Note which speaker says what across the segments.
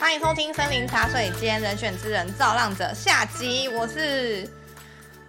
Speaker 1: 欢迎收听《森林茶水间》人选之人造浪者下集，我是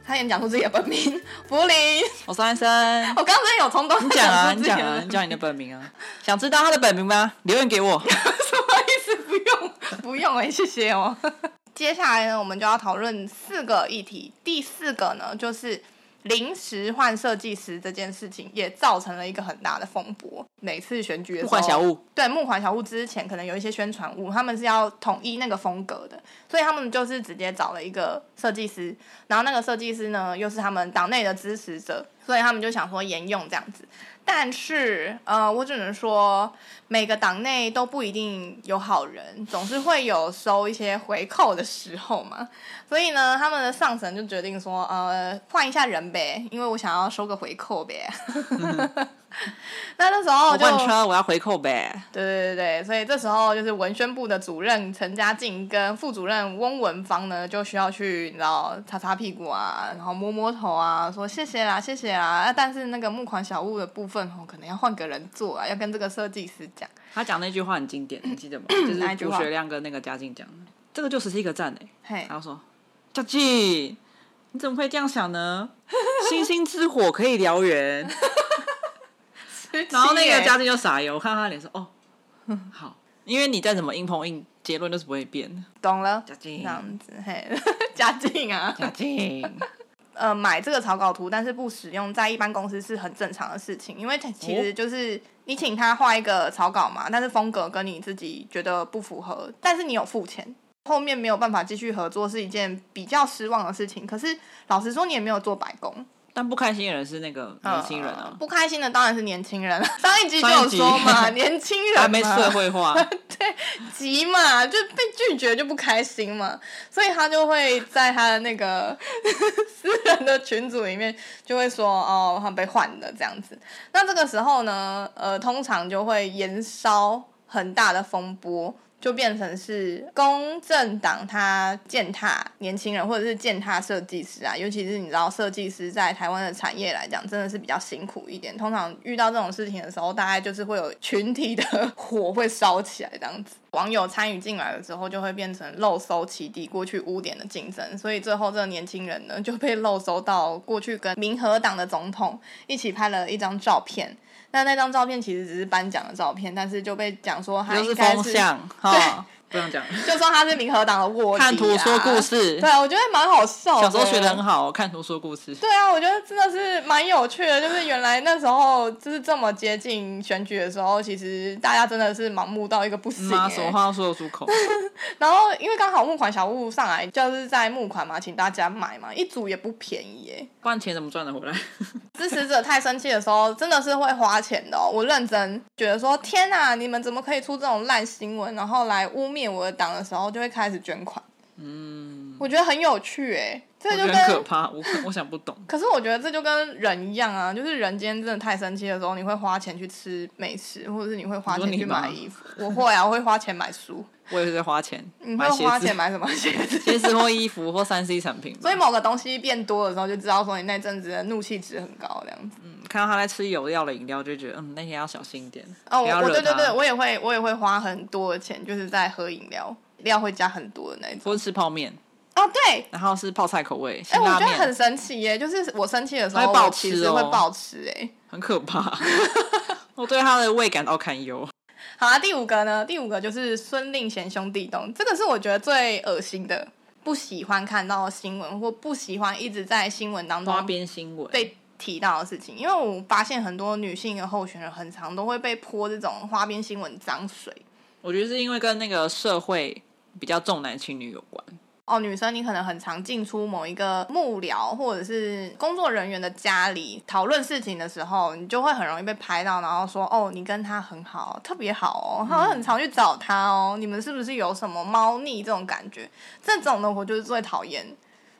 Speaker 1: 差点讲出自己的本名福 林。
Speaker 2: 我是安生，
Speaker 1: 我刚刚真的有冲动
Speaker 2: 你
Speaker 1: 在
Speaker 2: 讲啊，
Speaker 1: 出
Speaker 2: 你
Speaker 1: 自己的
Speaker 2: 讲啊，
Speaker 1: 本
Speaker 2: 你
Speaker 1: 名
Speaker 2: 讲你的本名啊。想知道他的本名吗？留言给 我。
Speaker 1: 什么意思？不用，不用哎、谢谢哦。 接下来呢，我们就要讨论四个议题。第四个呢，就是临时换设计师这件事情，也造成了一个很大的风波。每次选举的时候，
Speaker 2: 募款小物
Speaker 1: 对募款小物之前，可能有一些宣传物，他们是要统一那个风格的，所以他们就是直接找了一个设计师，然后那个设计师呢，又是他们党内的支持者，所以他们就想说沿用这样子。但是，呃，我只能说，每个党内都不一定有好人，总是会有收一些回扣的时候嘛。所以呢，他们的上层就决定说，呃，换一下人呗，因为我想要收个回扣呗。 那那时候
Speaker 2: 嗯我
Speaker 1: 就
Speaker 2: 换车，我要回扣呗。
Speaker 1: 对对对对，所以这时候就是文宣部的主任陈家靖跟副主任翁文芳呢，就需要去你知道擦擦屁股啊，然后摸摸头啊，说谢谢啦，谢谢啦。啊但是那个募款小物的部分哦，可能要换个人做啊，要跟这个设计师讲。
Speaker 2: 他讲那句话很经典，你记 得吗？就
Speaker 1: 哪一
Speaker 2: 是
Speaker 1: 句
Speaker 2: 朱
Speaker 1: 话
Speaker 2: 学亮跟那个嘉靖讲的，这个就只是一个赞诶。
Speaker 1: 嘿
Speaker 2: 然，后说，嘉靖，你怎么会这样想呢？星星之火可以燎 原。然后那个嘉靖就傻油，我看他脸 说，哦，好，因为你再怎么硬碰硬，结论就是不会变的。
Speaker 1: 懂了，
Speaker 2: 嘉
Speaker 1: 这
Speaker 2: 靖，
Speaker 1: 样子嘿， 嘉靖啊，
Speaker 2: 嘉靖，
Speaker 1: 呃，买这个草稿图，但是不使用，在一般公司是很正常的事情，因为它其
Speaker 2: 哦
Speaker 1: 实就是你请他画一个草稿嘛，但是风格跟你自己觉得不符合，但是你有付钱，后面没有办法继续合作是一件比较失望的事情。可是老实说，你也没有做白工，
Speaker 2: 但不开心的人是那个年轻人啊
Speaker 1: 呃，不开心的当然是年轻人。啊上一集就
Speaker 2: 上
Speaker 1: 有
Speaker 2: 一集
Speaker 1: 说嘛，年轻人嘛
Speaker 2: 还没社会 化。
Speaker 1: 急嘛，就被拒绝就不开心嘛，所以他就会在他的那个 私人的群组里面就会说哦，他被换了这样子。那这个时候呢，呃，通常就会延烧很大的风波，就变成是公正党他践踏年轻人，或者是践踏设计师啊，尤其是你知道设计师在台湾的产业来讲，真的是比较辛苦一点。通常遇到这种事情的时候，大概就是会有群体的 火会烧起来这样子。网友参与进来了之后，就会变成漏搜起底过去污点的竞争，所以最后这个年轻人呢就被漏搜到过去跟民和党的总统一起拍了一张照片。那那张照片其实只是颁奖的照片，但是就被讲说他
Speaker 2: 就
Speaker 1: 应
Speaker 2: 是
Speaker 1: 该
Speaker 2: 风
Speaker 1: 是
Speaker 2: 向 哈，不用讲。
Speaker 1: 就说他是民和党的卧底、啊。
Speaker 2: 看图说故，事
Speaker 1: 对，，我觉得蛮好笑的。
Speaker 2: 小时候学的很好，看图说故事。
Speaker 1: 对啊，我觉得真的是蛮有趣的，就是原来那时候就是这么接近选举的时候，其实大家真的是盲目到一个不行、
Speaker 2: 妈，什么
Speaker 1: 欸。
Speaker 2: 话都说得出 口。
Speaker 1: 然后因为刚好募款小物上来就是在募款嘛，请大家买嘛，一组也不便宜哎、
Speaker 2: 不然钱怎么赚得回来？
Speaker 1: 支持者太生气的时候，真的是会花钱的、哦。我认真觉得说，天哪、你们怎么可以出这种烂新闻，然后来污蔑我的党的时候，就会开始捐款。嗯，我觉得很有趣哎、这
Speaker 2: 我
Speaker 1: 就
Speaker 2: 觉得
Speaker 1: 跟
Speaker 2: 很可怕，我我想不懂。
Speaker 1: 可是我觉得这就跟人一样啊，就是人今天真的太生气的时候，你会花钱去吃美食，或者是你会花钱
Speaker 2: 你说
Speaker 1: 去
Speaker 2: 你吗
Speaker 1: 买衣服。 我会啊，我会花钱买书。
Speaker 2: 我也是在花钱
Speaker 1: 你
Speaker 2: 买
Speaker 1: 会
Speaker 2: 鞋
Speaker 1: 花钱
Speaker 2: 子、
Speaker 1: 买什么鞋子？
Speaker 2: 鞋 子或衣服或三 C 产品吧。
Speaker 1: 所以某个东西变多的时候，就知道说你那阵子的怒气值很高这样子。
Speaker 2: 嗯看到他在吃有料的饮料，就觉得嗯，那天要小心一点，
Speaker 1: 哦，
Speaker 2: 不
Speaker 1: 我
Speaker 2: 要
Speaker 1: 我
Speaker 2: 惹
Speaker 1: 对对对，
Speaker 2: 他。
Speaker 1: 我也会我也会花很多的钱，就是在喝饮料，料会加很多的那一种。
Speaker 2: 或是吃泡面，
Speaker 1: 哦，对，
Speaker 2: 然后是泡菜口味，
Speaker 1: 哎、
Speaker 2: 辛
Speaker 1: 我
Speaker 2: 拉
Speaker 1: 觉得
Speaker 2: 面，
Speaker 1: 很神奇耶，就是我生气的时候，
Speaker 2: 会暴
Speaker 1: 我其
Speaker 2: 吃
Speaker 1: 实
Speaker 2: 哦
Speaker 1: 会暴吃哎、
Speaker 2: 很可怕。 我对他的胃感到堪忧。
Speaker 1: 好啊，第五个呢？第五个就是孙令贤兄弟洞，这个是我觉得最恶心的，不喜欢看到的新闻，或不喜欢一直在新闻当
Speaker 2: 花
Speaker 1: 中
Speaker 2: 边新闻，
Speaker 1: 被提到的事情。因为我发现很多女性的候选人，很常都会被泼这种花边新闻脏水。
Speaker 2: 我觉得是因为跟那个社会比较重男轻女有关。
Speaker 1: 哦，女生你可能很常进出某一个幕僚或者是工作人员的家里讨论事情的时候，你就会很容易被拍到，然后说哦，你跟他很好，特别好哦，好像很常去找他哦，你们是不是有什么猫腻这种感觉？这种的我就是最讨厌，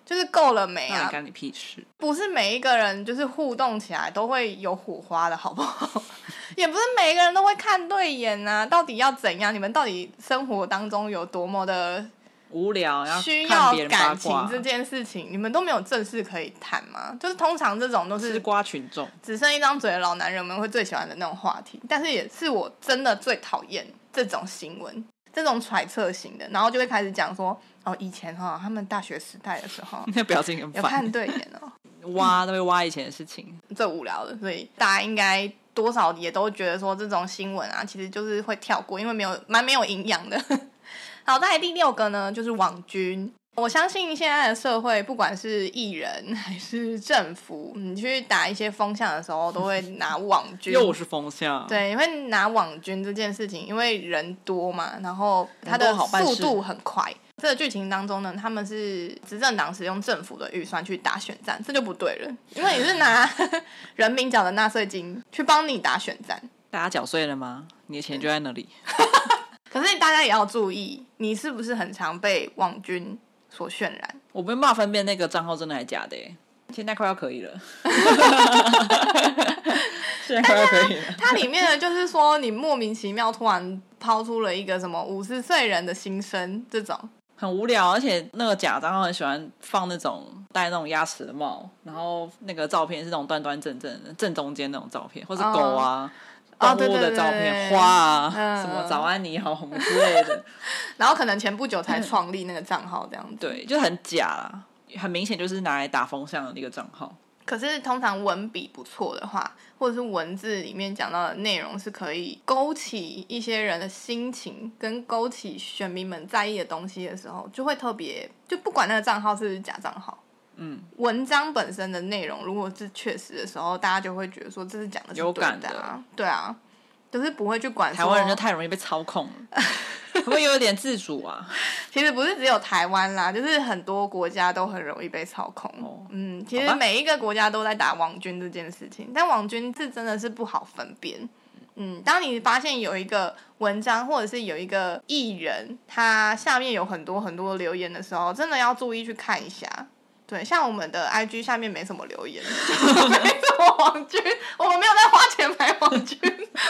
Speaker 1: 就是够了没
Speaker 2: 那
Speaker 1: 啊
Speaker 2: 你？干你屁事？
Speaker 1: 不是每一个人就是互动起来都会有火花的好不好？ 也不是每一个人都会看对眼啊，到底要怎样？你们到底生活当中有多么的
Speaker 2: 无聊，要
Speaker 1: 需
Speaker 2: 看
Speaker 1: 要
Speaker 2: 别人八
Speaker 1: 感情
Speaker 2: 卦
Speaker 1: 这，件事情，你们都没有正事可以谈吗？就是通常这种都
Speaker 2: 吃
Speaker 1: 是
Speaker 2: 瓜群众。
Speaker 1: 只剩一张嘴的老男人们会最喜欢的那种话题，但是也是我真的最讨厌这种新闻。这种揣测型的，然后就会开始讲说，哦，以前哈、他们大学时代的时候
Speaker 2: 那表情很
Speaker 1: 有
Speaker 2: 烦
Speaker 1: 看，对眼哦，
Speaker 2: 挖都会挖以前的事情。
Speaker 1: 最无聊的，所以大家应该多少也都觉得说这种新闻啊，其实就是会跳过，因为没有蛮没有营养的。 好，再来第六个呢，就是网军。我相信现在的社会，不管是艺人还是政府，你去打一些风向的时候，都会拿网军。
Speaker 2: 又是风向，，
Speaker 1: 嗯对，你会拿网军这件事情，因为人多嘛，然后它的
Speaker 2: 人多好办
Speaker 1: 速
Speaker 2: 事
Speaker 1: 度很快。这个剧情当中呢，他们是执政党使用政府的预算去打选战，这就不对了，因为你是拿 人民缴的纳税金去帮你打选战。
Speaker 2: 大家缴税了吗？你的
Speaker 1: 嗯
Speaker 2: 钱就在那里。
Speaker 1: 可是大家也要注意，你是不是很常被网军所渲染？
Speaker 2: 我没办法分辨那个账号真的还假的、欸，现在快要可以 了，现在快要可以了。
Speaker 1: 它里面的就是说，你莫名其妙突然抛出了一个什么五十岁人的心声这种，
Speaker 2: 很无聊，而且那个假账号很喜欢放那种戴那种鸭舌帽，然后那个照片是那种端端正正的正中间那种照片，或是狗啊、
Speaker 1: 哦
Speaker 2: 动物
Speaker 1: 对对
Speaker 2: 的
Speaker 1: 对
Speaker 2: 照
Speaker 1: 对
Speaker 2: 片、
Speaker 1: 对
Speaker 2: 花啊、
Speaker 1: 嗯
Speaker 2: 什么早安你好红之类的，
Speaker 1: 然后可能前不久才创立那个账号这样子。
Speaker 2: 对，就很假啦，很明显就是拿来打风向的那个账号。
Speaker 1: 可是通常文笔不错的话，或者是文字里面讲到的内容是可以勾起一些人的心情，跟勾起选民们在意的东西的时候，就会特别就不管那个账号是不是假账号，
Speaker 2: 嗯，
Speaker 1: 文章本身的内容如果是确实的时候，大家就会觉得说这是讲的是
Speaker 2: 有
Speaker 1: 对
Speaker 2: 感
Speaker 1: 的啊，对啊，就是不会去管
Speaker 2: 台湾人
Speaker 1: 说
Speaker 2: 就太容易被操控了， 可不可以有点自主啊？
Speaker 1: 其实不是只有台湾啦，就是很多国家都很容易被操控。
Speaker 2: 哦
Speaker 1: 嗯，其实
Speaker 2: 好吧
Speaker 1: 每一个国家都在打网军这件事情，但网军这真的是不好分辨。嗯，当你发现有一个文章或者是有一个艺人，他下面有很多很多留言的时候，真的要注意去看一下。对，像我们的 IG 下面没什么留 言，没什么网军，我们没有在花钱买网军，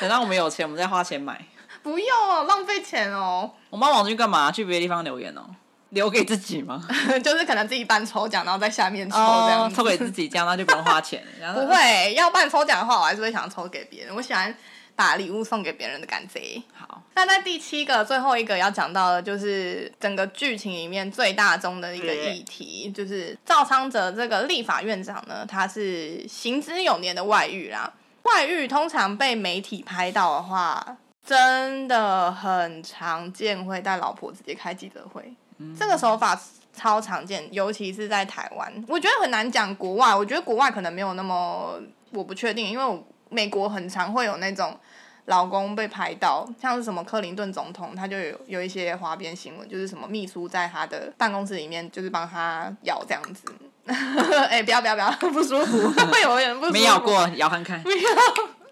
Speaker 2: 等到我们有钱，我们再花钱买。
Speaker 1: 不用哦，浪费钱哦。
Speaker 2: 我妈网军干嘛？去别的地方留言哦，留给自己吗？
Speaker 1: 就是可能自己办抽奖，然后在下面抽这样
Speaker 2: 哦
Speaker 1: 子，
Speaker 2: 抽给自己，这样那就不用花钱。然后
Speaker 1: 不，会，要办抽奖的话，我还是会想抽给别人。我喜欢把礼物送给别人的感觉。
Speaker 2: 好，
Speaker 1: 那在第七个最后一个要讲到的，就是整个剧情里面最大宗的一个议题，就是赵昌哲这个立法院长呢，他是行之有年的外遇啦。外遇通常被媒体拍到的话，真的很常见，会带老婆直接开记者会。这个手法超常见，尤其是在台湾。我觉得很难讲国外，我觉得国外可能没有那么，我不确定，因为我美国很常会有那种老公被拍到，像是什么克林顿总统，他就有有一些花边新闻，就是什么秘书在他的办公室里面就是帮他咬这样子。 哎、不要不要不要， 不舒服，会有点不舒服。
Speaker 2: 没咬过，咬看看。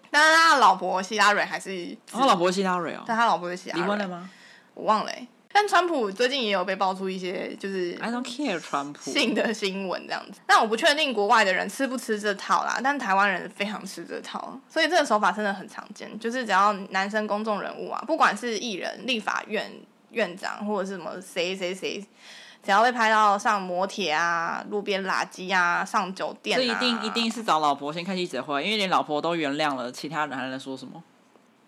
Speaker 1: 但是他的老婆希拉蕊还是，
Speaker 2: 哦，老婆希拉蕊哦，
Speaker 1: 但他老婆是希拉
Speaker 2: 离
Speaker 1: 蕊
Speaker 2: 婚 了？吗
Speaker 1: 我忘了、欸。但川普最近也有被爆出一些就是
Speaker 2: ？I don't care，川普。
Speaker 1: 性的新闻这样子。但我不确定国外的人吃不吃这套啦，但台湾人非常吃这套，所以这个手法真的很常见。就是只要男生公众人物啊，不管是艺人、立法院院长或者是什么谁谁谁。只要被拍到上摩铁啊、路边垃圾啊、上酒店、啊，
Speaker 2: 这一定一定是找老婆先开记者会，因为连老婆都原谅了，其他人还能说什么？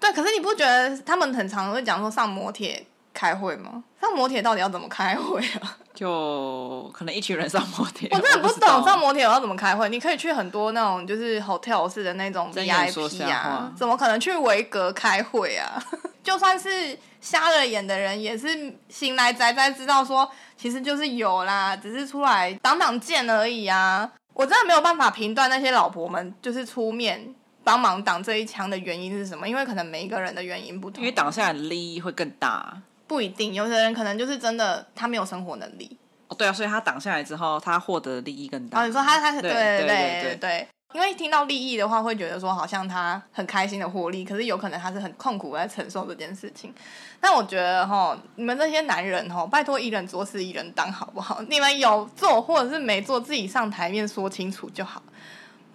Speaker 1: 对，可是你不觉得他们很常会讲说上摩铁开会吗？上摩铁到底要怎么开会啊？
Speaker 2: 就可能一群人上摩天，
Speaker 1: 我真的
Speaker 2: 不
Speaker 1: 不
Speaker 2: 知道
Speaker 1: 懂上摩铁要怎么开会。你可以去很多那种就是 hotel 式的那种
Speaker 2: 睁眼说
Speaker 1: VIP
Speaker 2: 瞎
Speaker 1: 啊
Speaker 2: 话，
Speaker 1: 怎么可能去维格开会啊？ 就算是瞎了眼的人，也是醒来仔仔知道说，其实就是有啦，只是出来挡挡箭而已啊。我真的没有办法评断那些老婆们就是出面帮忙挡这一枪的原因是什么，因为可能每一个人的原因不同。
Speaker 2: 因为挡下来的利益会更大。
Speaker 1: 不一定，有的人可能就是真的他没有生活能力。
Speaker 2: 哦，对啊，所以他挡下来之后，他获得的利益更
Speaker 1: 然
Speaker 2: 大
Speaker 1: 哦后你。说他他对
Speaker 2: 对
Speaker 1: 对
Speaker 2: 对对
Speaker 1: 对
Speaker 2: 对
Speaker 1: 对，因为听到利益的话，会觉得说好像他很开心的获利，可是有可能他是很痛苦地在承受这件事情。但我觉得哈，你们这些男人哈，拜托一人做事一人当好不好？你们有做或者是没做，自己上台面说清楚就好。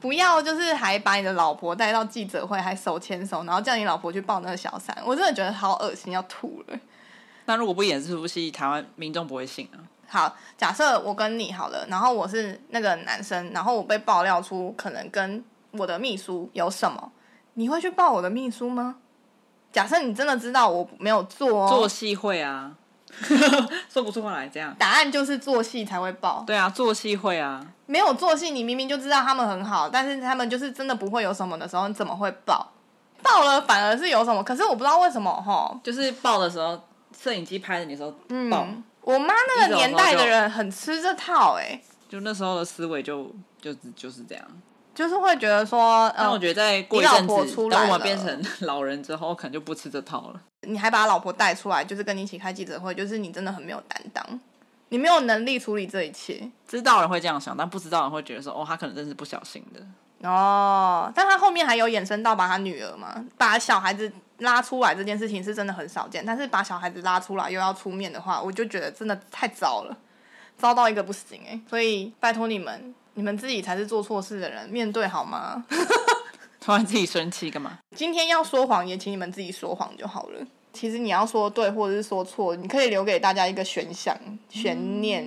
Speaker 1: 不要，就是还把你的老婆带到记者会，还手牵手，然后叫你老婆去抱那个小三，我真的觉得好恶心，要吐了。
Speaker 2: 那如果不演这出戏，台湾民众不会信啊。
Speaker 1: 好，假设我跟你好了，然后我是那个男生，然后我被爆料出可能跟我的秘书有什么，你会去报我的秘书吗？假设你真的知道我没有做哦，
Speaker 2: 做戏会啊， 说不出话来这样。
Speaker 1: 答案就是做戏才会爆。
Speaker 2: 对啊，做戏会啊，
Speaker 1: 没有做戏，你明明就知道他们很好，但是他们就是真的不会有什么的时候，你怎么会爆？爆了反而是有什么，可是我不知道为什么哈。
Speaker 2: 就是爆的时候，摄影机拍着你的时候爆，
Speaker 1: 嗯，我妈那个年代的人很吃这套哎、
Speaker 2: 就那时候的思维就就是就是这样。
Speaker 1: 就是会觉得说，
Speaker 2: 但我
Speaker 1: 呃，
Speaker 2: 觉得再过一
Speaker 1: 哦你老
Speaker 2: 阵
Speaker 1: 婆
Speaker 2: 子，
Speaker 1: 出来
Speaker 2: 当我们
Speaker 1: 了
Speaker 2: 变成老人之后，可能就不吃这套了。
Speaker 1: 你还把老婆带出来，就是跟你一起开记者会，就是你真的很没有担当，你没有能力处理这一切。
Speaker 2: 知道人会这样想，但不知道人会觉得说，哦，他可能真是不小心的。
Speaker 1: 哦，但他后面还有衍生到把他女儿嘛，把小孩子拉出来这件事情是真的很少见，但是把小孩子拉出来又要出面的话，我就觉得真的太糟了，糟到一个不行哎、所以拜托你们，你们自己才是做错事的人，面对好吗？
Speaker 2: 突然自己生气干嘛？
Speaker 1: 今天要说谎也请你们自己说谎就好了。其实你要说对或者是说错，你可以留给大家一个选项、悬念，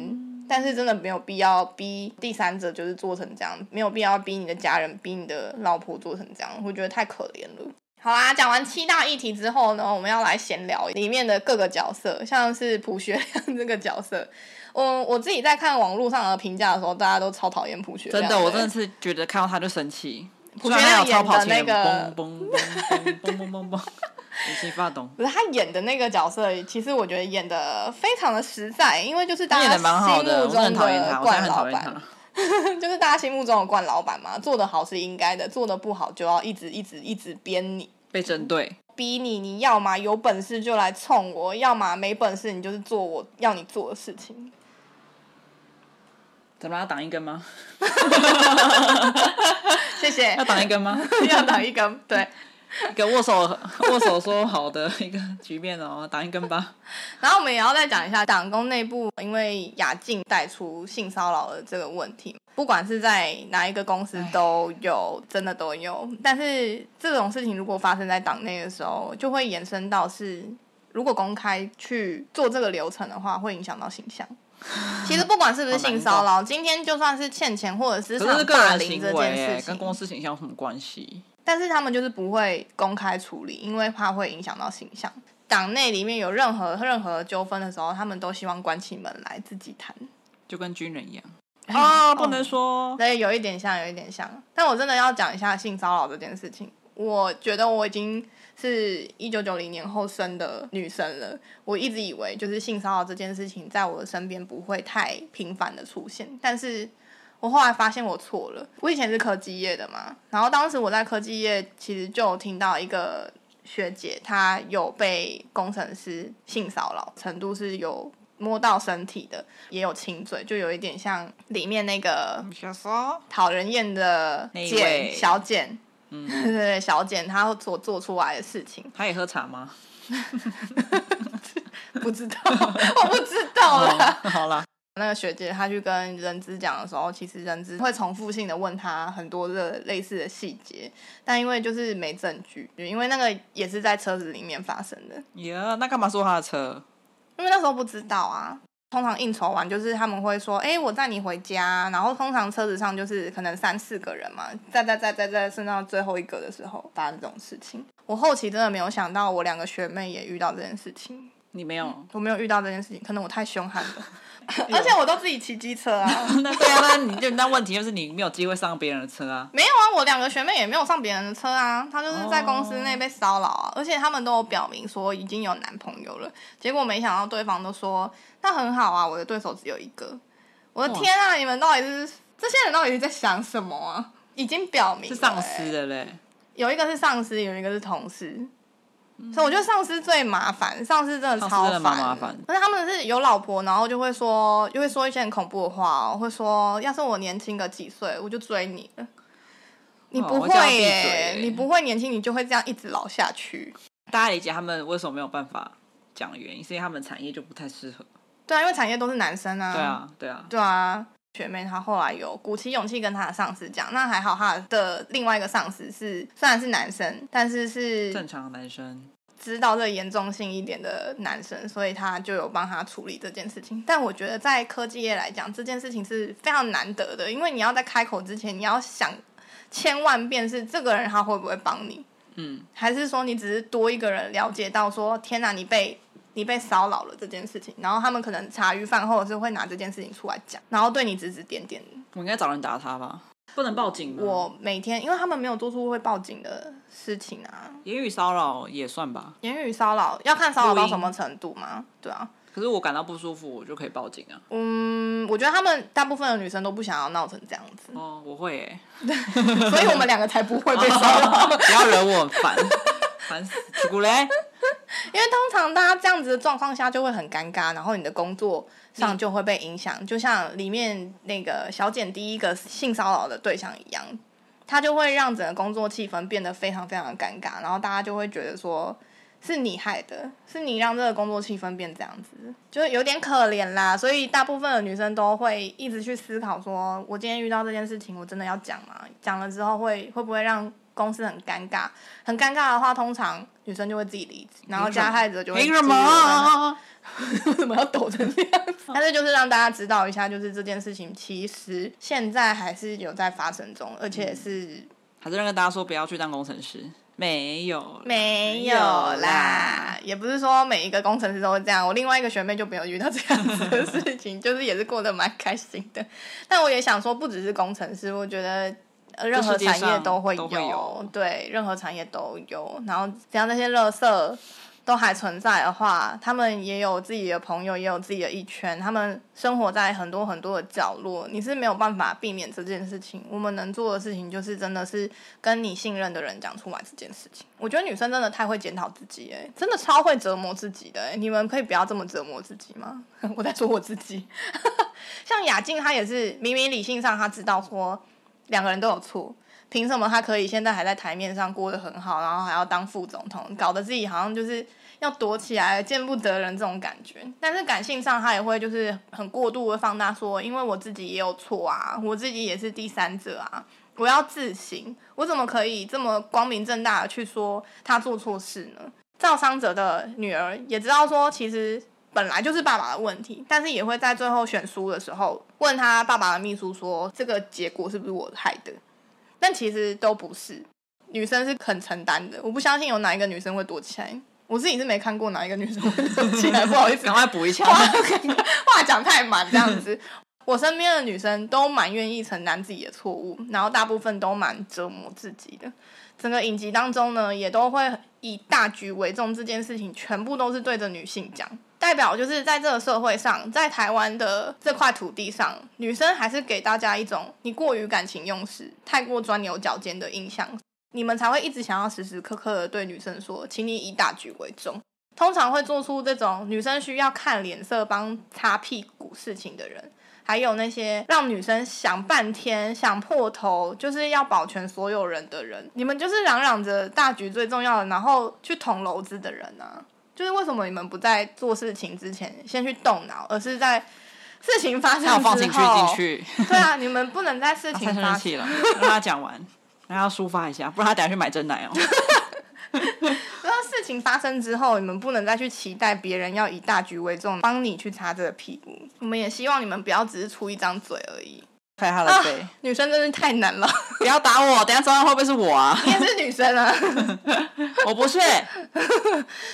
Speaker 1: 但是真的没有必要逼第三者就是做成这样，没有必要逼你的家人、逼你的老婆做成这样，我觉得太可怜了。好啦，讲完七大议题之后呢，我们要来闲聊里面的各个角色，像是朴学亮这个角色，我我自己在看网络上的评价的时候，大家都超讨厌朴学亮，
Speaker 2: 真的，我真的是觉得看到他就生气。虽
Speaker 1: 学
Speaker 2: 然他
Speaker 1: 亮
Speaker 2: 有超
Speaker 1: 演
Speaker 2: 跑
Speaker 1: 的
Speaker 2: 情
Speaker 1: 那
Speaker 2: 人，
Speaker 1: 个
Speaker 2: 嘣嘣嘣嘣嘣 嘣嘣嘣，引起发懂。
Speaker 1: 不是他演的那个角色，其实我觉得演的非常的实在，因为就是
Speaker 2: 他
Speaker 1: 大
Speaker 2: 演
Speaker 1: 家
Speaker 2: 的蛮好
Speaker 1: 心
Speaker 2: 的，
Speaker 1: 目
Speaker 2: 我真的
Speaker 1: 中
Speaker 2: 很讨厌他，
Speaker 1: 的
Speaker 2: 我真的
Speaker 1: 冠
Speaker 2: 很
Speaker 1: 老
Speaker 2: 讨厌
Speaker 1: 板
Speaker 2: 他，。
Speaker 1: 就是大家心目中的冠老板嘛，做的好是应该的，做的不好就要一直一直一直编你。
Speaker 2: 被针对，
Speaker 1: 逼你，你要嘛有本事就来冲我，要么没本事你就是做我要你做的事情。
Speaker 2: 怎么了要挡一根吗？
Speaker 1: 谢谢
Speaker 2: 要，挡一根 吗？
Speaker 1: 要打一根，对。
Speaker 2: 一个握手握手说好的一个局面哦，挡一根吧。
Speaker 1: 然后我们也要再讲一下党工内部，因为雅静带出性骚扰的这个问题，不管是在哪一个公司
Speaker 2: 哎
Speaker 1: 都有，真的都有。但是这种事情如果发生在党内的时候，就会延伸到是，如果公开去做这个流程的话，会影响到形象。其实不管是不是性骚扰，今天就算是欠钱或者是
Speaker 2: 可是
Speaker 1: 场
Speaker 2: 个
Speaker 1: 霸
Speaker 2: 人
Speaker 1: 凌
Speaker 2: 行
Speaker 1: 这
Speaker 2: 为、
Speaker 1: 件事
Speaker 2: 欸、
Speaker 1: 情
Speaker 2: 跟，公司形象有什么关系？
Speaker 1: 但是他们就是不会公开处理，因为怕会影响到形象。党内里面有任何任何纠纷的时候，他们都希望关起门来自己谈。
Speaker 2: 就跟军人 一样
Speaker 1: 哦
Speaker 2: 啊，不能说。
Speaker 1: 对，有一点像，有一点像。但我真的要讲一下性骚扰这件事情。我觉得我已经是一九九零年后生的女生了，我一直以为就是性骚扰这件事情在我的身边不会太频繁的出现，但是我后来发现我错了。我以前是科技业的嘛，然后当时我在科技业其实就有听到一个学姐，她有被工程师性骚扰，程度是有摸到身体的，也有亲嘴，就有一点像里面那个
Speaker 2: 瞎说，
Speaker 1: 讨人厌的
Speaker 2: 那一
Speaker 1: 简
Speaker 2: 位嗯
Speaker 1: 小简， 对对对，小简她所做出来的事 情，
Speaker 2: 他也喝 茶吗？
Speaker 1: 不知道， 我不知道啦。
Speaker 2: 哦好啦，
Speaker 1: 那个学姐她去跟人资讲的时候，其实人资会重复性的问她很多的类似的细节，但因为就是没证据，因为那个也是在车子里面发生的，
Speaker 2: 耶、那干嘛坐他的车？
Speaker 1: 因为那时候不知道啊。通常应酬完就是他们会说，哎、我载你回家。然后通常车子上就是可能三四个人嘛，载载载载载，剩到最后一个的时候发生这种事情。我后期真的没有想到，我两个学妹也遇到这件事情。
Speaker 2: 你没有？
Speaker 1: 我没有遇到这件事情，可能我太凶悍了，而且我都自己骑机车啊。
Speaker 2: 那对啊，那你就那问题就是你没有机会上别人的车啊。
Speaker 1: 没有啊，我两个学妹也没有上别人的车啊，她就是在公司内被骚扰啊，而且她们都有表明说已经有男朋友了，结果没想到对方都说那很好啊，我的对手只有一个，我的天啊，你们到底是这些人到底是在想什么啊？已经表明了
Speaker 2: 是上
Speaker 1: 欸
Speaker 2: 司的嘞，
Speaker 1: 有一个是上司，有一个是同事。所以我觉得上司最麻烦，上司真的
Speaker 2: 嗯上
Speaker 1: 超
Speaker 2: 司真的蛮麻
Speaker 1: 烦
Speaker 2: 烦。
Speaker 1: 但是他们是有老婆，然后就会说，就会说一些很恐怖的话、哦，会说要是我年轻个几岁，我就追你了。你不
Speaker 2: 哦我
Speaker 1: 会
Speaker 2: 叫他闭
Speaker 1: 耶、
Speaker 2: 嘴
Speaker 1: 你不会年轻，你就会这样一直老下去。
Speaker 2: 大家理解他们为什么没有办法讲的原因，是因为他们产业就不太适合。
Speaker 1: 对啊，因为产业都是男生啊。
Speaker 2: 对，啊，对啊，
Speaker 1: 对啊。学妹她后来有鼓起勇气跟她的上司讲，那还好她的另外一个上司是虽然是男生，但是是
Speaker 2: 正常的男生
Speaker 1: 知道这严重性一点的男生，所以他就有帮他处理这件事情。但我觉得在科技业来讲，这件事情是非常难得的，因为你要在开口之前，你要想千万遍是这个人他会不会帮你，
Speaker 2: 嗯，
Speaker 1: 还是说你只是多一个人了解到说，天哪，你被你被骚扰了这件事情，然后他们可能茶余饭后是会拿这件事情出来讲，然后对你指指点点。
Speaker 2: 我应该找人打他吧？不能报警吗？
Speaker 1: 我每天，因为他们没有做出会报警的事情啊，
Speaker 2: 言语骚扰也算吧，
Speaker 1: 言语骚扰要看骚扰
Speaker 2: 录
Speaker 1: 到
Speaker 2: 音
Speaker 1: 什么程度嘛，对啊，
Speaker 2: 可是我感到不舒服，我就可以报警啊。
Speaker 1: 嗯，我觉得他们大部分的女生都不想要闹成这样子，
Speaker 2: 哦，我会诶、
Speaker 1: 所以我们两个才不会被骚扰。
Speaker 2: 不要惹我，很烦， 烦死！朱古力，
Speaker 1: 因为通常大家这样子的状况下就会很尴尬，然后你的工作上就会被影响。就像里面那个小简第一个性骚扰的对象一样，他就会让整个工作气氛变得非常非常的尴尬，然后大家就会觉得说是你害的，是你让这个工作气氛变这样子，就是有点可怜啦。所以大部分的女生都会一直去思考说，我今天遇到这件事情，我真的要讲吗？讲了之后会会不会让公司很尴尬？很尴尬的话，通常女生就会自己离职，然后加害者就会
Speaker 2: 凭什
Speaker 1: 自己离职
Speaker 2: 么？
Speaker 1: 为什么要抖成这样子？ 但是就是让大家知道一下，就是这件事情其实现在还是有在发生中，而且是
Speaker 2: 还是跟大家说不要去当工程师，没有，
Speaker 1: 没有啦，，也不是说每一个工程师都会这样。我另外一个学妹就没有遇到这样子的事情， 就是也是过得蛮开心的。但我也想说，不只是工程师，我觉得。呃任何
Speaker 2: 世界上
Speaker 1: 产业都会
Speaker 2: 都会有
Speaker 1: 对，任何产业都有。然后只要那些垃圾都还存在的话，他们也有自己的朋友，也有自己的一圈，他们生活在很多很多的角落，你是没有办法避免这件事情。我们能做的事情就是真的是跟你信任的人讲出来这件事情。我觉得女生真的太会检讨自己、欸，真的超会折磨自己的、欸。你们可以不要这么折磨自己吗？ 我在说我自己。像雅静，她也是明明理性上她知道说两个人都有错，凭什么她可以现在还在台面上过得很好，然后还要当副总统，搞得自己好像就是要躲起来见不得人这种感觉？但是感性上她也会就是很过度的放大说，因为我自己也有错啊，我自己也是第三者啊。我要自省，我怎么可以这么光明正大的去说他做错事呢？造伤者的女儿也知道说，其实本来就是爸爸的问题，但是也会在最后选书的时候问他爸爸的秘书说，这个结果是不是我害的？但其实都不是，女生是肯承担的。我不相信有哪一个女生会躲起来，我自己是没看过哪一个女生会躲起来，不好意思
Speaker 2: 赶，快补一枪。
Speaker 1: 话 话讲太满这样子。 我身边的女生都蛮愿意承担自己的错误，然后大部分都蛮折磨自己的。整个影集当中呢，也都会以大局为重，这件事情全部都是对着女性讲。代表就是在这个社会上，在台湾的这块土地上，女生还是给大家一种你过于感情用事、太过钻牛角尖的印象，你们才会一直想要时时刻刻的对女生说，请你以大局为重。通常会做出这种女生需要看脸色帮擦屁股事情的人，还有那些让女生想半天、想破头，就是要保全所有人的人，你们就是嚷嚷着大局最重要的，然后去捅娄子的人啊！就是为什么你们不在做事情之前先去动脑，而是在事情发生之
Speaker 2: 那
Speaker 1: 后
Speaker 2: 我放情绪进？去，
Speaker 1: 对啊，你们不能在事
Speaker 2: 他太
Speaker 1: 情
Speaker 2: 生
Speaker 1: 发
Speaker 2: 气
Speaker 1: 生。
Speaker 2: 了，让他讲完，让他抒发一下，不然他等下去买真 奶哦。
Speaker 1: 然后事情发生之后，你们不能再去期待别人要以大局为重，帮你去擦这个屁股。我们也希望你们不要只是出一张嘴而已。
Speaker 2: 拍他的背，
Speaker 1: 女生真是太难了，
Speaker 2: 不要打我，等下抓到会不会是我啊？
Speaker 1: 你也是女生啊。
Speaker 2: 我不是，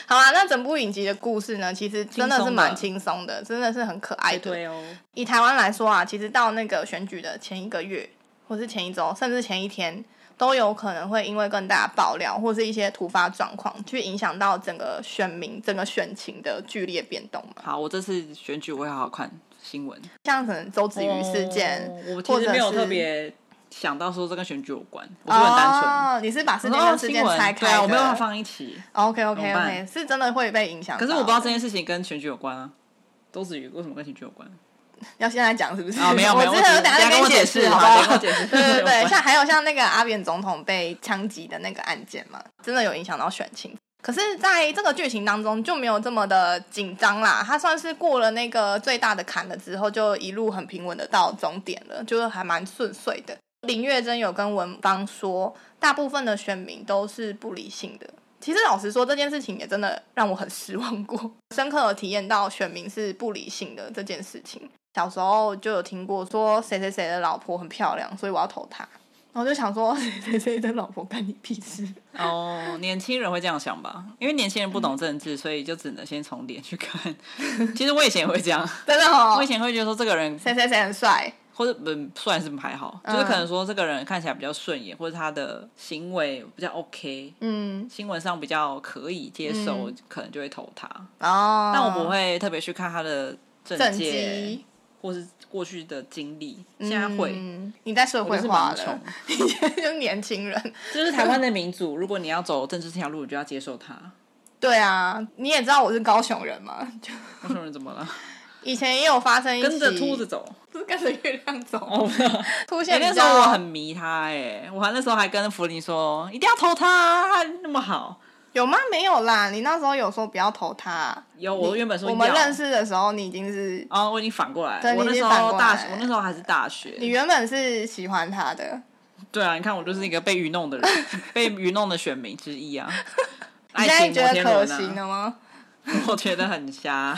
Speaker 1: 好啊，那整部影集的故事呢，其实真的是蛮轻松的，真的是很可爱的。
Speaker 2: 哦，
Speaker 1: 以台湾来说啊，其实到那个选举的前一个月，或是前一周，甚至前一天，都有可能会因为更大的爆料或是一些突发状况，去影响到整个选民、整个选情的剧烈变动嘛。
Speaker 2: 好，我这次选举我会好好看新闻。
Speaker 1: 像可能周子瑜事件，
Speaker 2: 哦我其
Speaker 1: 或者是
Speaker 2: 实没有特别想到说这跟选举有关，我是很单纯。
Speaker 1: 哦，你是把事
Speaker 2: 我
Speaker 1: 件
Speaker 2: 说哦
Speaker 1: 跟事
Speaker 2: 新
Speaker 1: 件
Speaker 2: 闻
Speaker 1: 拆
Speaker 2: 对
Speaker 1: 开
Speaker 2: 啊，我没有办法放一起。
Speaker 1: OK
Speaker 2: 怎
Speaker 1: OK OK，
Speaker 2: 么办
Speaker 1: 是真的会被影响到
Speaker 2: 可
Speaker 1: 的。
Speaker 2: 是我不知道这件事情跟选举 有关啊。周子瑜为什么跟选举有关
Speaker 1: 要现在讲是不是？
Speaker 2: 啊？没有没 有，
Speaker 1: 我
Speaker 2: 我
Speaker 1: 之
Speaker 2: 只
Speaker 1: 后
Speaker 2: 是
Speaker 1: 等下
Speaker 2: 等
Speaker 1: 再
Speaker 2: 跟我
Speaker 1: 你解
Speaker 2: 释，
Speaker 1: 好
Speaker 2: 好
Speaker 1: 不
Speaker 2: 吧？
Speaker 1: 好
Speaker 2: 等下跟我解 释。
Speaker 1: 对对对，
Speaker 2: 有 关
Speaker 1: 像还有像那个阿扁总统被枪击的那个案件嘛，真的有影响到选情。可是，在这个剧情当中就没有这么的紧张啦，他算是过了那个最大的坎了之后，就一路很平稳的到终点了，就是还蛮顺遂的。林月珍有跟文芳说，大部分的选民都是不理性的。其实老实说，这件事情也真的让我很失望过，深刻的体验到选民是不理性的这件事情。小时候就有听过说谁谁谁的老婆很漂亮，所以我要投她。然后就想说 谁谁谁的老婆干你屁事？
Speaker 2: 哦，年轻人会这样想吧，因为年轻人不懂政治，所以就只能先从脸去看。其实我以前也会这 样，
Speaker 1: 真的哦
Speaker 2: 我以，前会觉得说这个人
Speaker 1: 谁谁谁很帅，
Speaker 2: 或者嗯，算是还好，就是
Speaker 1: 哦嗯
Speaker 2: 可能说这个人看起来比较顺眼，或者他的行为比较 OK，
Speaker 1: 嗯，
Speaker 2: 新闻上比较可以接受，
Speaker 1: 嗯
Speaker 2: 可能就会投他。
Speaker 1: 哦，
Speaker 2: 但我不会特别去看他的
Speaker 1: 正
Speaker 2: 政界
Speaker 1: 畸，
Speaker 2: 或是过去的经历，现在会。
Speaker 1: 嗯你在社
Speaker 2: 我
Speaker 1: 会
Speaker 2: 就是
Speaker 1: 化
Speaker 2: 盲从
Speaker 1: 了，， 你现在就是年轻人，
Speaker 2: 就是台湾的民主。如果你要走政治这条路，你就要接 受它。
Speaker 1: 对啊，你也知道我是高雄人嘛，就
Speaker 2: 高雄人怎么 了？
Speaker 1: 以前也有发生一起
Speaker 2: 跟着秃子，走。
Speaker 1: 不是跟着月亮走，
Speaker 2: 哦，
Speaker 1: 出现
Speaker 2: 哎
Speaker 1: 比
Speaker 2: 那时
Speaker 1: 较
Speaker 2: 候我很迷他哎、我还那时候还跟福林说一定要投他啊，他那么好。
Speaker 1: 有吗？没有啦，你那时候有说不要投他、
Speaker 2: 有我原本说
Speaker 1: 我们
Speaker 2: 要
Speaker 1: 认识的时候，你已经是
Speaker 2: 哦，我已经反过来，
Speaker 1: 对
Speaker 2: 我
Speaker 1: 你
Speaker 2: 那
Speaker 1: 已
Speaker 2: 时
Speaker 1: 经反
Speaker 2: 候
Speaker 1: 过
Speaker 2: 大
Speaker 1: 来
Speaker 2: 学，我那时候还是大
Speaker 1: 你
Speaker 2: 学。
Speaker 1: 原本是喜欢他的，
Speaker 2: 对啊，你看我就是一个被愚弄的 人，被愚弄的选民之一 啊。
Speaker 1: 你
Speaker 2: 爱
Speaker 1: 现在
Speaker 2: 情
Speaker 1: 觉
Speaker 2: 摩
Speaker 1: 得
Speaker 2: 天
Speaker 1: 可
Speaker 2: 轮
Speaker 1: 行
Speaker 2: 啊，
Speaker 1: 了吗？
Speaker 2: 我觉得很 瞎，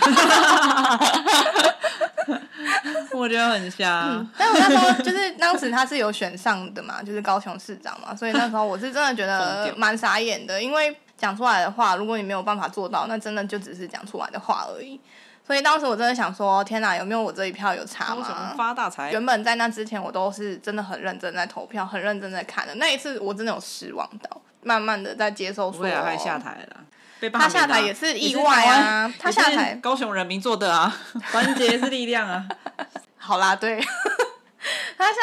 Speaker 2: 我觉得很瞎。
Speaker 1: 但我那时候就是当时他是有选上的嘛，就是高雄市长嘛，所以那时候我是真的觉
Speaker 2: 疯
Speaker 1: 得
Speaker 2: 掉
Speaker 1: 蛮傻眼的，因为讲出来的话，如果你没有办法做到，那真的就只是讲出来的话而已。所以当时我真的想说，天哪，有没有我这一票有差
Speaker 2: 为什么
Speaker 1: 吗？
Speaker 2: 发大财？
Speaker 1: 原本在那之前，我都是真的很认真在投票，很认真在看的。那一次我真的有失望到，慢慢的在接受
Speaker 2: 不
Speaker 1: 说，
Speaker 2: 会啊，他也下台了啦，被罢
Speaker 1: 他
Speaker 2: 免
Speaker 1: 下
Speaker 2: 啦
Speaker 1: 台也是意外啊
Speaker 2: 也是
Speaker 1: 他下台
Speaker 2: 也是高雄人民做的啊， 团结是力量啊，
Speaker 1: 好啦，对，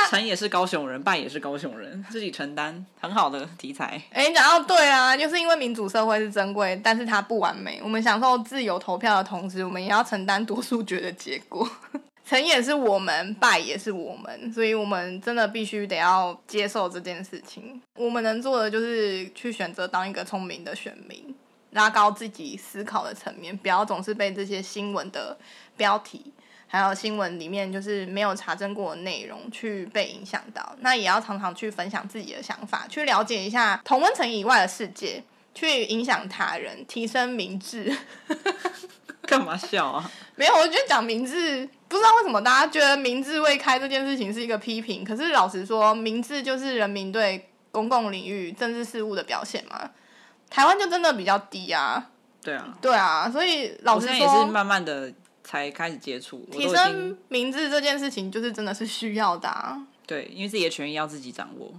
Speaker 2: 成也是高雄人，败也是高雄人，自己承担，很好的题 材。
Speaker 1: 哎，你讲到对啊，就是因为民主社会是珍贵，但是它不完美。我们享受自由投票的同时，我们也要承担多数决的结果。成也是我们，败也是我们，所以我们真的必须得要接受这件事情。我们能做的就是去选择当一个聪明的选民，拉高自己思考的层面，不要总是被这些新闻的标题还有新闻里面就是没有查证过的内容去被影响到，那也要常常去分享自己的想法，去了解一下同温层以外的世界，去影响他人，提升明智。
Speaker 2: 干嘛笑啊？
Speaker 1: 没有，我觉得讲明智，不知道为什么大家觉得明智未开这件事情是一个批评，可是老实说，明智就是人民对公共领域政治事务的表现嘛。台湾就真的比较低啊，
Speaker 2: 对啊，
Speaker 1: 对啊，所以老
Speaker 2: 我
Speaker 1: 实
Speaker 2: 现
Speaker 1: 说，
Speaker 2: 在也是慢慢的才开始接触，我都
Speaker 1: 提
Speaker 2: 已经
Speaker 1: 升明智这件事情就是真的是需要的啊。
Speaker 2: 对，因为自己的权益要自己掌握。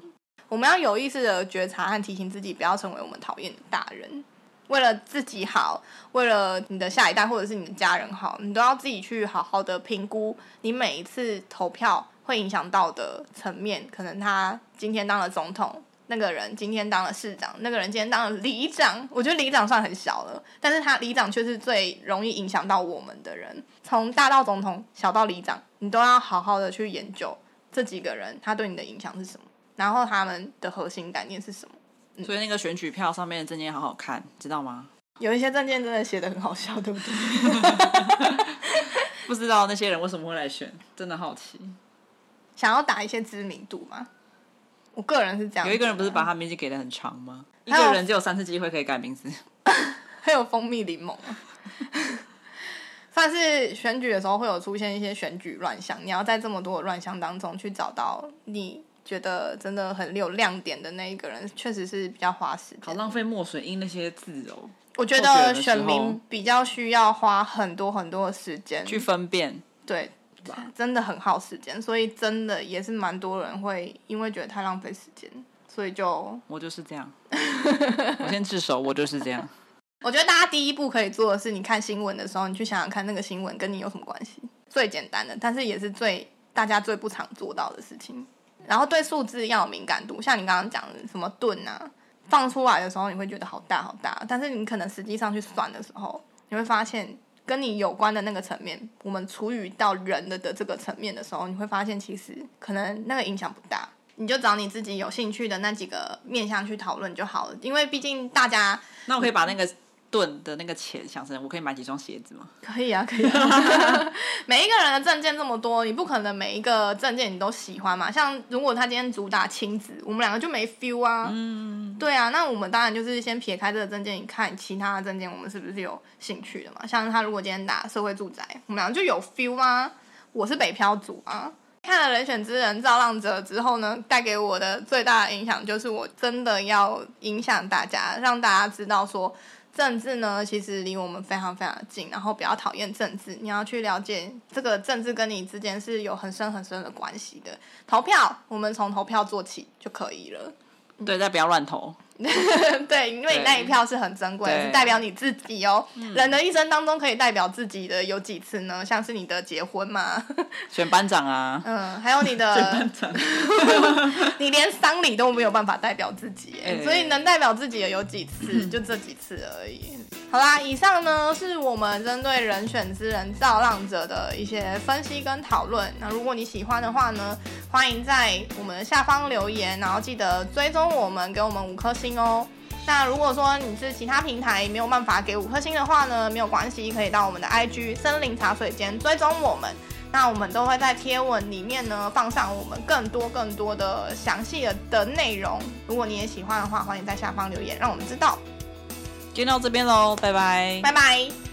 Speaker 1: 我们要有意识的觉察和提醒自己，不要成为我们讨厌的大人。为了自己好，为了你的下一代或者是你的家人好，你都要自己去好好的评估你每一次投票会影响到的层面。可能他今天当了总统，那个人今天当了市长，那个人今天当了里长。我觉得里长算很小了，但是他里长却是最容易影响到我们的人。从大到总统，小到里长，你都要好好的去研究这几个人他对你的影响是什么。然后他们的核心概念是什么？
Speaker 2: 所以那个选举票上面的证件好好看，知道吗？
Speaker 1: 有一些证件真的写的很好笑，对不对？
Speaker 2: 不知道那些人为什么会来选，真的好奇。
Speaker 1: 想要打一些知名度嘛？我个人是这样。啊
Speaker 2: 有一个人不是把，他名字给的很长吗？一
Speaker 1: 还有
Speaker 2: 个人只有三次机会可以改名字，
Speaker 1: 还有蜂蜜柠檬啊， 算是选举的时候会有出现一些选举乱象，你要在这么多的乱象当中去找到你觉得真的很有亮点的那一个人，确实是比较花时
Speaker 2: 好
Speaker 1: 间。
Speaker 2: 浪费墨水印那些字哦，
Speaker 1: 我觉
Speaker 2: 候选
Speaker 1: 得
Speaker 2: 人的时候
Speaker 1: 选民比较需要花很多很多的时间
Speaker 2: 去分辨。
Speaker 1: 对
Speaker 2: 吧，
Speaker 1: 真的很耗时间，所以真的也是蛮多人会因为觉得太浪费时间，所以就
Speaker 2: 我就是这 样，我先自首，我就是这样。
Speaker 1: 我觉得大家第一步可以做的是，你看新闻的时候，你去想想看那个新闻跟你有什么关系，最简单的，但是也是最大家最不常做到的事情。然后对数字要有敏感度，像你刚刚讲的什么盾啊，放出来的时候你会觉得好大好大，但是你可能实际上去算的时候，你会发现跟你有关的那个层面，我们处于到人的的这个层面的时候，你会发现其实可能那个影响不大。你就找你自己有兴趣的那几个面向去讨论就好了，因为毕竟大家
Speaker 2: 那我可以把那个盾的那个钱想成我可以买几双鞋子吗？
Speaker 1: 可以啊，可以啊。每一个人的证件这么多，你不可能每一个证件你都喜欢嘛。像如果他今天主打亲子，我们两个就没 feel 啊。嗯，对啊。那我们当然就是先撇开这个证件，你看其他的证件我们是不是有兴趣的嘛？像他如果今天打社会住宅，我们两个就有 feel 啊。我是北漂族啊，看了《人选之人》《造浪者》之后呢，带给我的最大的影响就是，我真的要影响大家，让大家知道说，政治呢其实离我们非常非常近，然后不要讨厌政治，你要去了解这个政治跟你之间是有很深很深的关系的。投票，我们从投票做起就可以了。
Speaker 2: 对，但不要乱投。
Speaker 1: 对，因为你那一票是很珍贵的，
Speaker 2: 对
Speaker 1: 是代表你自己哦。人的一生当中可以代表自己的有几次呢？像是你的结婚嘛，
Speaker 2: 选班长啊，
Speaker 1: 嗯，还有你
Speaker 2: 选
Speaker 1: 的
Speaker 2: 班，长，
Speaker 1: 你连丧礼都没有办法代表自己耶，
Speaker 2: 哎
Speaker 1: 所以能代表自己的有几 次，就这几次而已。好啦，以上呢是我们针对人选之人造浪者的一些分析跟讨论。那如果你喜欢的话呢，欢迎在我们的下方留言，然后记得追踪我们，给我们五颗星哦。那如果说你是其他平台没有办法给五颗星的话呢，没有关系，可以到我们的 IG 森林茶水间追踪我们。那我们都会在贴文里面呢放上我们更多更多的详细的的内容。如果你也喜欢的话，欢迎在下方留言，让我们知道。
Speaker 2: 今天到这边喽，拜拜
Speaker 1: 拜拜。